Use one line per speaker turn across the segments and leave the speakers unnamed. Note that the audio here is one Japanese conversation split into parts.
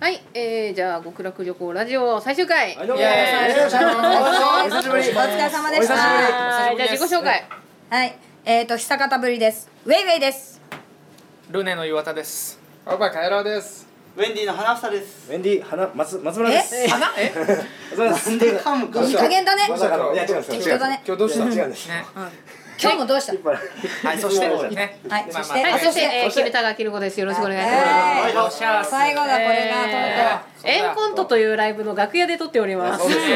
はい、えー、じゃあ極楽旅行ラジオ最終回
はいどうも
イエーイ
お
お
疲れ様ですお久しぶり
お疲れ様でし
お久しぶ
た。
り
はいじゃあ自己紹介
はい、えっ、ー、と久方ぶりです。ウェイウェイです。
ルネの岩田です。
おばカエラです。
ウェンディの花房です。
ウェンディ花松松村です。
え
花え？
松村です。
で噛むか
いい加減だね。
まさかのいや違うんですよ。
適当だね
今日どうした？違うんです。
ね。
今日もどうした？
引っ張ら
はい。そして ね。
はい
まあ
そし
まあ
て
はいそして、えー、
そして
キルタガキルコですよろしくお願いします、
えー
よっ
しゃー
最後だこれがとう
えーエンコントというライブの楽屋で撮っております
そうです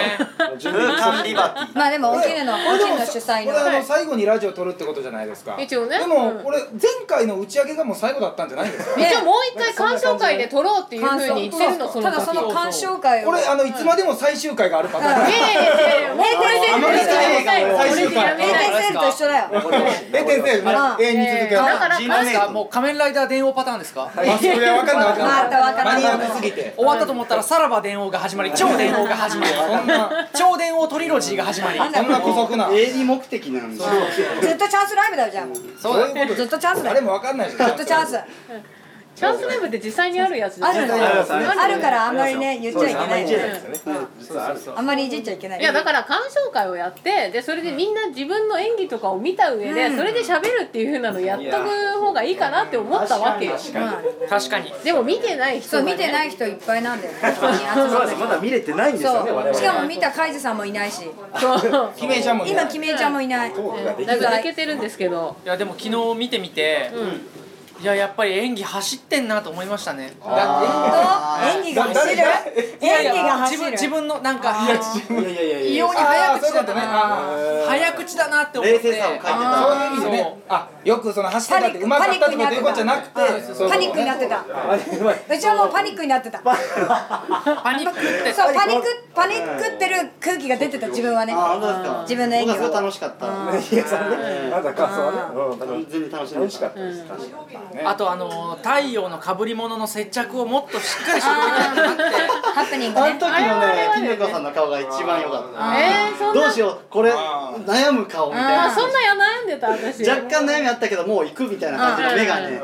よ。
ルータンリバテ
とう。まあでもおきるのおきるの主催
これあ
の。
の最後にラジオ撮るってことじゃないですか。
一応ね
で
うん
もこれ前回の打ち上げがもう最後だったんじゃないんですか。
ね
一応もう一回鑑賞会で撮ろうっていうふうに言ってるのそ
た
の時
だその鑑賞会を。
これあのいつまでも最終回があるパターン。
いやいやいやいやもうこれで
あんまりしてないから
これでやめたい
名店セールと一緒だよ。
え先生
あ
永遠に続けよう。
だから
ジー
な
マ
ん
ネ
か
ー
もう仮面ライダー電王パターンですか？
あそれわかんないわかんない。
またわかんない
マニアックすぎて。
終わったと思ったらさらば電王が始まり、超電王が始まり、
そんな
超電王トリロジーが始まり。
そんな古速な。
ィ。営利目的なんですよ。
ずっとチャンスライブだよじゃあもう。ず
そういうこと
っとチャンスだ
誰
よ。
もわかんないじゃん。
ずっとチャンス。
チャンスライブって実際にあるやつ
あ
だ
る
ね
のよ。あるからあんまりね言っちゃいけないよね。
ですよね。実はある。
あんまりいじっちゃいけない。
いやだから鑑賞会をやってでそれでみんな自分の演技とかを見た上で、
うん
それで喋るっていう風なのやっとく方がいいかなって思ったわけよ
まあ
確かに。
でも見てない人
そう
が、ね、
見てない人いっぱいなんだよ。本当に集
そう
ま
なん
っ
で
て
す。まだ見れてないんですよね。我
そう。
々
しかも見たカイジさんもいないし。
そう
決めちゃんもいな
今
い。
キメイちゃんもいない。
うんだいぶ抜けてるんですけど
いやでも昨日見てみて、いややっぱり演技走ってんなと思いましたね。
本当演技が走る
いやい
演技が
や
走
自
る
分自分のなんか
いやいやいやい
異
や。
様に
ああ
早口
そういうこ
だ
と
な
ね。。あー
早口だなって思って。
冷静さを欠いてた
あ
そう
ー
いう意味でね。あよくその走ってたってうまかったってこということじゃなくて。
パニックになってた
あやばいう
ちはもうパニックになってたそう
パニックって
パニックパニックってる空気が出てた自分はね
あ、本当ですか。
自分の演技を
僕はすごい楽しかった。
いやさんね。あなた感想はね。うん。
完全に楽しんで
楽しかったです。
あとあの太陽の被り物の接着をもっとしっかりしてくれたなって
ハプニング
あの
ね
時のね、金子さんの顔が一番良かった。
えー、そんな
どうしよう、これ悩む顔みたい
あ
な。
そんなや悩んでた私
若干悩みあったけど、もう行くみたいな感じの目がね。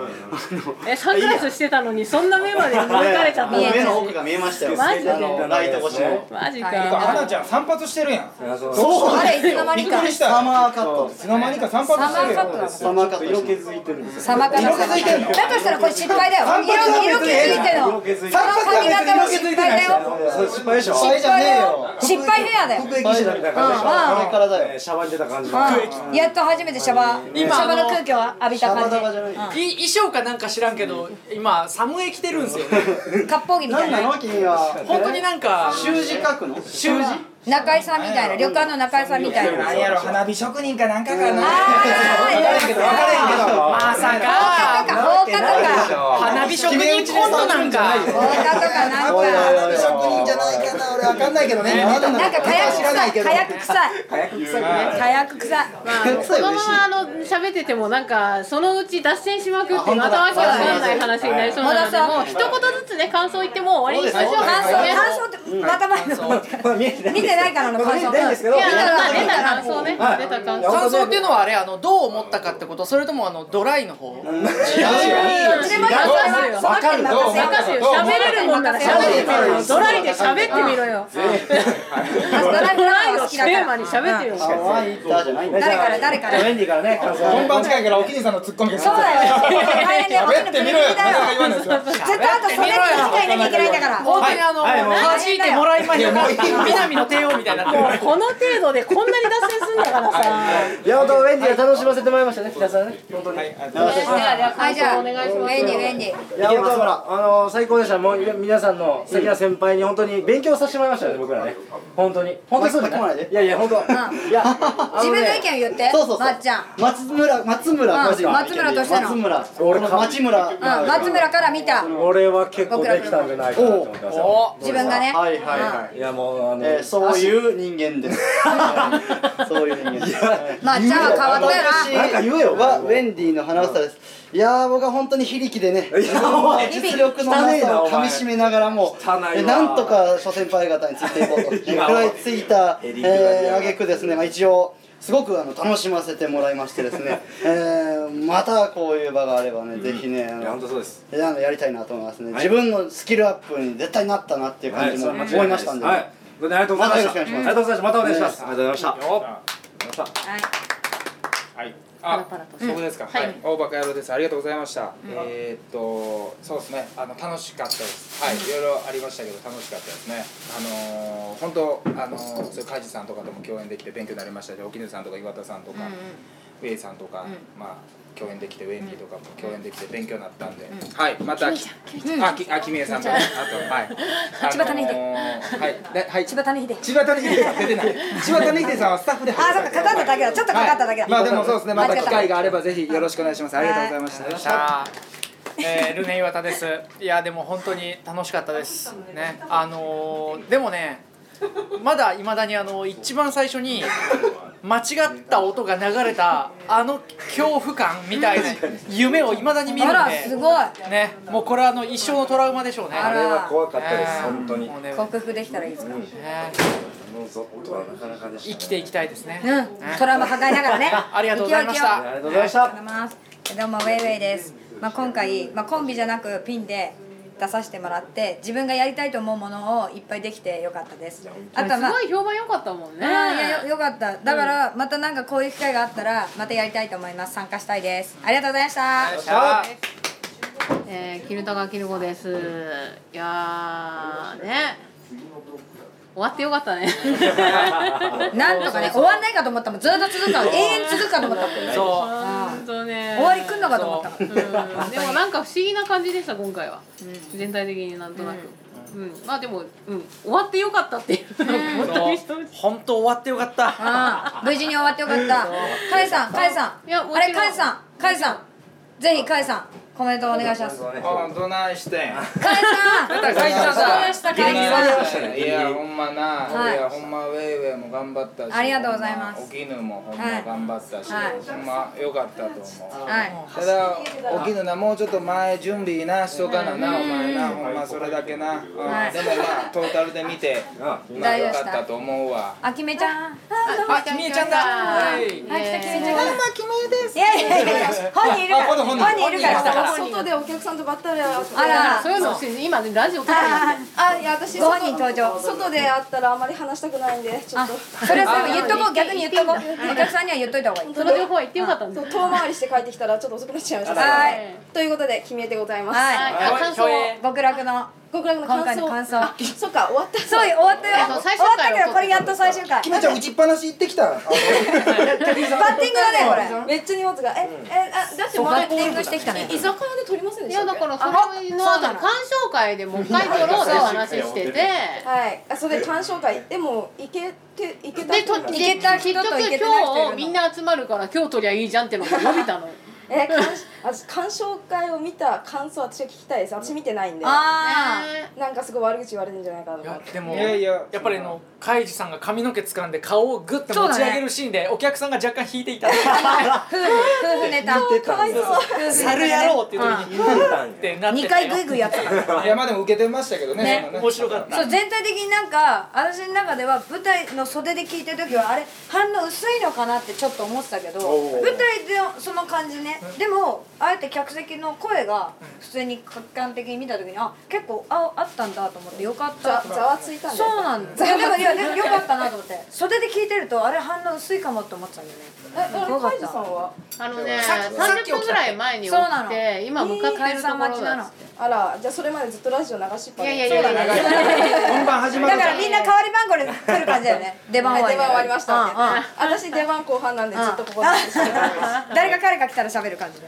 えサングラスしてたのにそんな目まで抜かれちゃった
もう目の
私
奥が見えましたよ。
マジで
あのライト越しも。
マジ
大変
あ
か
花ちゃん散髪してるやん。
そう
そう
あれいつの間
びっ
に
く
か
りした
サ
よ。
マーカット
い。つの間にか散髪
サマ
し
ー
てる
カッ
よ
ト。だも
サ
ん
マーカット。
色気づいてるんですよ。
サマーカ
色気づいてん
ッ
の
トだとしたらこれ失敗だよ色色気づいての
色気づいてる
その髪型も失敗だよ
それ失敗でしょ。
失敗じゃねえよ。
失敗ヘアだよ
服役してたみたいな感じでしょ。
うんうん
これからだよ
ねシャワーに出た感じの。
うんやっと初めてシャバシャ
今あ
バ
の
の空気を浴びた感
シャバダバじゃない
じ
い衣装かなんか知らんけど今サムエ着てるんですよね
うん割烹着みた
ないん
な
な
ね
の君は。
本当になんか
習字書くの
習字
中井さんみたいな旅館の中井さんみたいな
なんやろ花火職人かなんかかな。
あー
分からへんけど分からへんけど。
まさ
放
か
火とか放火とか
花火職人コントなんか
放火とかなんか
花火職人じゃないかな。俺分かんないけどね。なん
なんか火薬臭い火薬臭い
火薬臭いね。
火薬臭い
まあ、このままあの喋っててもなんかそのうち脱線しまくってまたわけわかんない話になりそうなのでもう一言ずつね感想言ってもう終わりにしましょう
感想
ね
感想ってまた前の
まあ見えてない
見てないからの感想
見てないんですけど
いや
見たら
出
見
た
た
感
ら
想ね出た感想
感想っていうのはあれあのどう思ったかってことそれともあのドライの方
任せよ
どっちでもいいよそれはその人に任せよう
喋れるもんなら喋ってみろよドライで喋ってみろよ
ドライ
ド
フ
ライ
ラワ
を
ー好き
テー
だか
マに喋ってみろよ
可愛い歌じゃないんだ。
誰から誰から
ウェンディからね感想
本番近いからおきにさんの突っ込みが。
そうだよ大変だよ
喋ってみろよ。
お金の国
誰が言わないですよ。
だよ絶対あとそれに使いなきゃいけないんだから
本当にあの
はいはい
弾いてもらいましょう南の帝王みたいになってる
この程度でこんなに脱線するんだからさ
ヤマトウェンディが楽しませてもらいましたね皆さんね本当に
はいあ
ではでは
は
感
いじ
想
ゃあ
お
ウェ
願いします
ンディウェンディ
ヤマトはあの最高でしたもう皆さんの素敵な先輩に本当に勉強させてもらいましたよね僕らね本当に本当にそうじゃ
巻き込ま
な
ない
い
で
いやいや本当
ん
いやあね
自分の意見を言って
そうそうそう
まっちゃん
松村松村
うん松村としての
松村
俺か
町村
うん松村から見た
俺は結構できたんじゃないかなと思ってますよ
お
自分がね
はいはいはい
やもうあの
えーそういう人間です そういう人間です
まっちゃんは変わったよ
私
な
なんか言えよ
はウェンディの花房ですいやー僕は本当に非力でね
いやお前
実力のなさをかみしめながらも
汚いなお前
えなんとか諸先輩方についていこうと食らいついた
エリートだね
あげくですね、まあ、一応すごくあの楽しませてもらいましてですね、えーまたこういう場があればね、ぜひね、あ
いや本当
の
そうです
あのやりたいなと思いますね、
はい
自分のスキルアップに絶対なったなっていう感じも
は
思いましたんで、
はいどうもありがとうございました
またよろしくお願いします
ありがとうございましたまたお願いしますあ
ね
りがとうございました
はい
はい。
パラ
あ
パラと
そこですか。
ん
は
はい
い。大バカ野郎です。ありがとうございました。えーっとそうですね。あの楽しかったです。はい。いろいろありましたけど楽しかったですね。あのー本当あのーそういう梶さんとかとも共演できて勉強になりましたし、沖野さんとか岩田さんと
うん
か
うん、
ウェイさんとか、
ん
まあ共演できてウェンディとかも共演できて勉強になったんで、
ん
はい。また。あきあきみえさんとかあとはい。
千葉谷秀
あのーはいではい。
千葉谷秀
千葉谷秀さん出てない。千葉谷秀さんはスタッフで入
あ
って
そ
た
っかかかっただけだちょっとかかっただけだ、
まあでもそうですねまた機会があればぜひよろしくお願いしますあ
はい
りがとうございました、
さあ、えールネ岩田です。いやでも本当に楽しかったです。ね、あのーでもね、まだ未だにあの一番最初に間違った音が流れたあの恐怖感みたいな夢を未だに見る
あ
ん
らす
で、
ごい
ね、もうこれはあの一生のトラウマでしょうね。
あ
あ
ら
れは怖かったです
ね
本当に
もうね
克服できたらいいですかうん
ね
あのゾッとはなかなかでしたね
生きていきたいですね。
トラウマ抱えながらね
ありがとうございまし
勢い
た
を
ありがとうございました
ありがとうございます。どうもウェイウェイです。まあ今回まあコンビじゃなくピンで出させてもらって自分がやりたいと思うものをいっぱいできてよかったです。あとは
す
まあ。
ごい評判良かったもん
うん
ね
いやよよかっただからまたなんかこういう機会があったらまたやりたいと思います参加したいですありがとうございました
えー、キルタガキルゴです。いやーね。終わってよかったね。
なんとかね終わんないかと思ったもんずっと続くから永遠続くかと思ったもん
そう。
本当ね。
終わり来んのかと思ったもん
うんでもなんか不思議な感じでした今回は、全体的になんとなく、うんまあでも、うん、終わってよかったっていう、 本当に
そう本当終わってよかった。
ああ無事に終わってよかった。カイさん、カイさん。
いやもち
あ
ろん
れカイさん、カイさん。ぜひカイさんコメントお願いします。
ね
あどないしてん
カイさん。
書いてた
そうでしたカイさん。
いやほんまな、
はい
い、やほんまウェイウェイも頑張ったし
ありがとうございます
ほん沖野もほんま
はい
頑張ったし、
はい
ほんま良かったと思う
は
ただ沖野なもうちょっと前準備なしとかななお前なほんまそれだけな、うん
はい
でもまあトータルで見て
あ
まあ良かったと思うわ
い。あきめちゃん。あ
あ、きみえちゃんだ。はい
来たきめちゃん。
ね
きめです。いやいやいや。本人いるから。
あ本人本人
いるから。
外でお客さんとばったり会うと
あら
そういうのして今ねラジオ撮ってるんで
あいや私
ご本人登場
外で会ったらあまり話したくないんでちょっと
それは言っとこう逆に言っとこう。お客さんには言っといた方がいい。
その情報は言ってよかったんです
そう遠回りして帰ってきたらちょっと遅くなっちゃいました
はい。
ということで決めでございます、
はい
はいあ感想を
極楽の。
極楽の
今
感
回
想
の感想。
あそっか終わった
そうよ終わったよ。
そう
終
最
わ
終
った
回
けどこれやっと最終回。バッテ
きみえちゃん打ちっぱなし行ってきたあ
ィングだねこれ。
めっちゃ荷物がえ、えあだって
バ
まだ
ッティングしてきたね
居。酒屋で撮りません
い
でした
やだ
っけ
からそれの
あそうだな
鑑賞会でもう一回撮ろうって話してて
はいあそれ鑑賞会でも行けて行けた
でと
え
結
いけた人と
局
いけてない人いるの
今日みんな集まるから今日撮りゃいいじゃんってのが伸びたの
鑑私鑑賞会を見た感想私は聞きたいです私見てないんで
ああ。
ね
なんかすごい悪口言われるんじゃないかなと
い
思っ
や
て
でも
いやいや
っぱりあのカイジさんが髪の毛掴んで顔をグッと持ち上げるシーンで、お客さんが若干引いていた
夫婦夫婦ネタ。
かわいそう
猿野郎っていう時
うん
に、っ
い
てなって
二回グイ
い
グイやったから。
いやまあでも受けてましたけどね
ね
そんな
面白かった
そう全体的になんか私の中では舞台の袖で聞いてる時はあれ反応薄いのかなってちょっと思ってたけど
おー
舞台でのその感じねでもあえて客席の声が普通に客観的に見た時にあ結構ああったんだと思ってよかっ
ざ
た
ざわついたんです
そうなんだいやでもいやでもよかったなと思って袖で聞いてるとあれ反応薄いかもって思ってたんだよね
え、あれカイジさんは
あのね
さっきさっ
30
き起きた
分ぐらい前に起
そうな
き
の
て今向かって
解
るとこ
散
ろだ
待ちなの
あら、じゃあそれまでずっとラジオ流しっぱ
い
で
やいやいやいやいや
本番始ま
だ
る
からみんな代わり番号で来る感じだよね出番
は
終
い
わり
出番終わりました
うんうん
んで私出番後半なんでずっとここで
誰か彼か来たら喋る感じで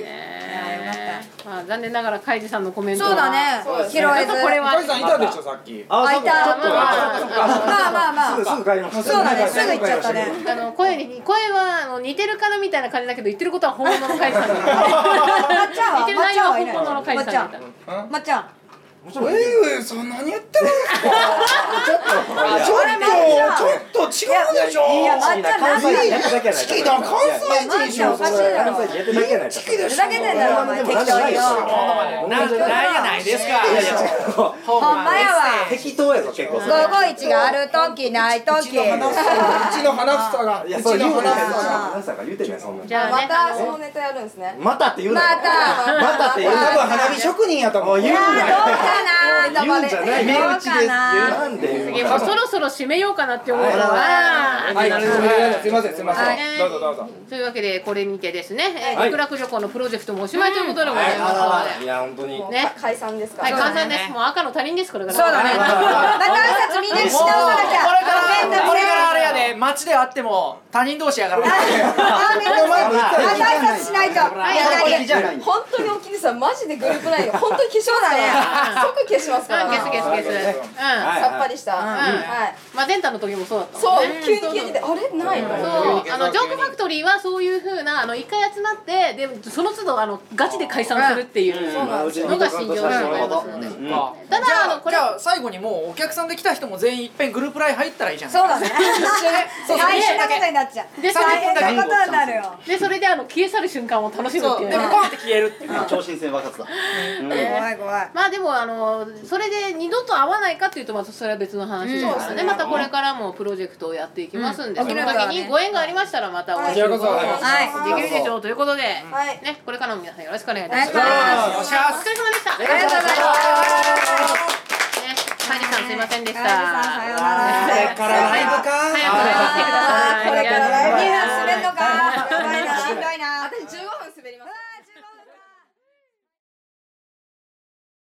ね
いやよか
まあ残念ながらカイジさんのコメントは
そうだね
そうです
拾
ね
え
ち
ず
ょっとこれは
カイジさんいたでしょさっき
あ
あ
そ
いう
か
た
ちょっと
まあまあま
す
あ
ぐすぐ帰りました
そうだねすぐ行っちゃったね
あの声に声はあの似てるからみたいな感じだけど言ってることは本物のカイジさんだから
まっちゃんは
似てる
まっ
内
ちゃ
容は
んはい
本
ない
物のカイ
ま
ジ
っち
さ
ゃ
んだ
ん
か
まっちゃん
ウェイウェイさん何やってるんです
ち
か
ょっと
ちょっとちょっと違うでしょ
いやまっちゃん
関西人やっただけやない
チキだ関西人でしょ
いやまっちゃんおかしいだろ
関西人やっただけやないか
チキで
ふ
し
ざけてんだろお前適当によ
ななんやないですか
いやいやこう
ほ
ほんまやわ
適当やぞ結構それ
551がある時ない時
うちの花房うちの花房が
いや
う
そう
ち
言
の
う
花
な
房が
皆さんが言うてんねんそんな
じゃあ
ま
ね
たそのネタやるんですね
またって言うな
また
またって言う
俺
な
多分花火職人やと思う
言う
どう
な
かな
言うんじゃない
どうかな
なんで
次もうそろそろ締めようかなって思うわ
はいはいはいすいませんすいま
は
せ
い
んどうぞどうぞ
というわけでこれにてですねえー
はい
極楽旅行のプロジェクトもおしまいということでございますの
いや本当に
でね
解散ですか
はい
ら、
完成ですもう赤の他人 ですこれから
そうだねまた挨拶みんなしておかなきゃ
これからこれからあれや
で
で街で会っても他人同士やから
あめんどくさいまた挨拶しないと
い
やだ
こ
け
れじゃないんだ
本当に大きいですよマジでグループライン本当に消しますから、ね、即消しますから、
うんゲスゲスゲス
はい
うん
はい
さっぱりした、
ん
はい
マゼンタの時もそうだったも
そ
ん
う、
ね
急に消えててあれないの、
そう
急に
あのジョークファクトリーはそういう風なあの一回集まってでその都度あのガチで解散するっていう
そうなんですよ
のが信用でございますので
うん
まあ
ただ
じゃ
あのこれ
じゃあ最後にもうお客さんで来た人も全員いっぺんグループライン入ったらいいじゃん
そうだね
そうそう
大変なことになっちゃう
でそれ
大変なことになるよ
でそれであの消え去る瞬間を楽しむって
そ
いうう
で
ね
もポンって消えるっていう
超新鮮爆発だうん
怖い怖い
まあでもあのそれで二度と会わないかっていうとまたそれは別の話ですからね、またこれからもプロジェクトをやっていきますんで、
うん
その時にご縁がありましたらまたお会いすることが
はい
はいできるでしょうということで、
はい
ねこれからも皆さんよろしくお願いい
お願
た
い
し
し
ます。
ます
よっしゃー
お疲れ様でした。
ありがとうございます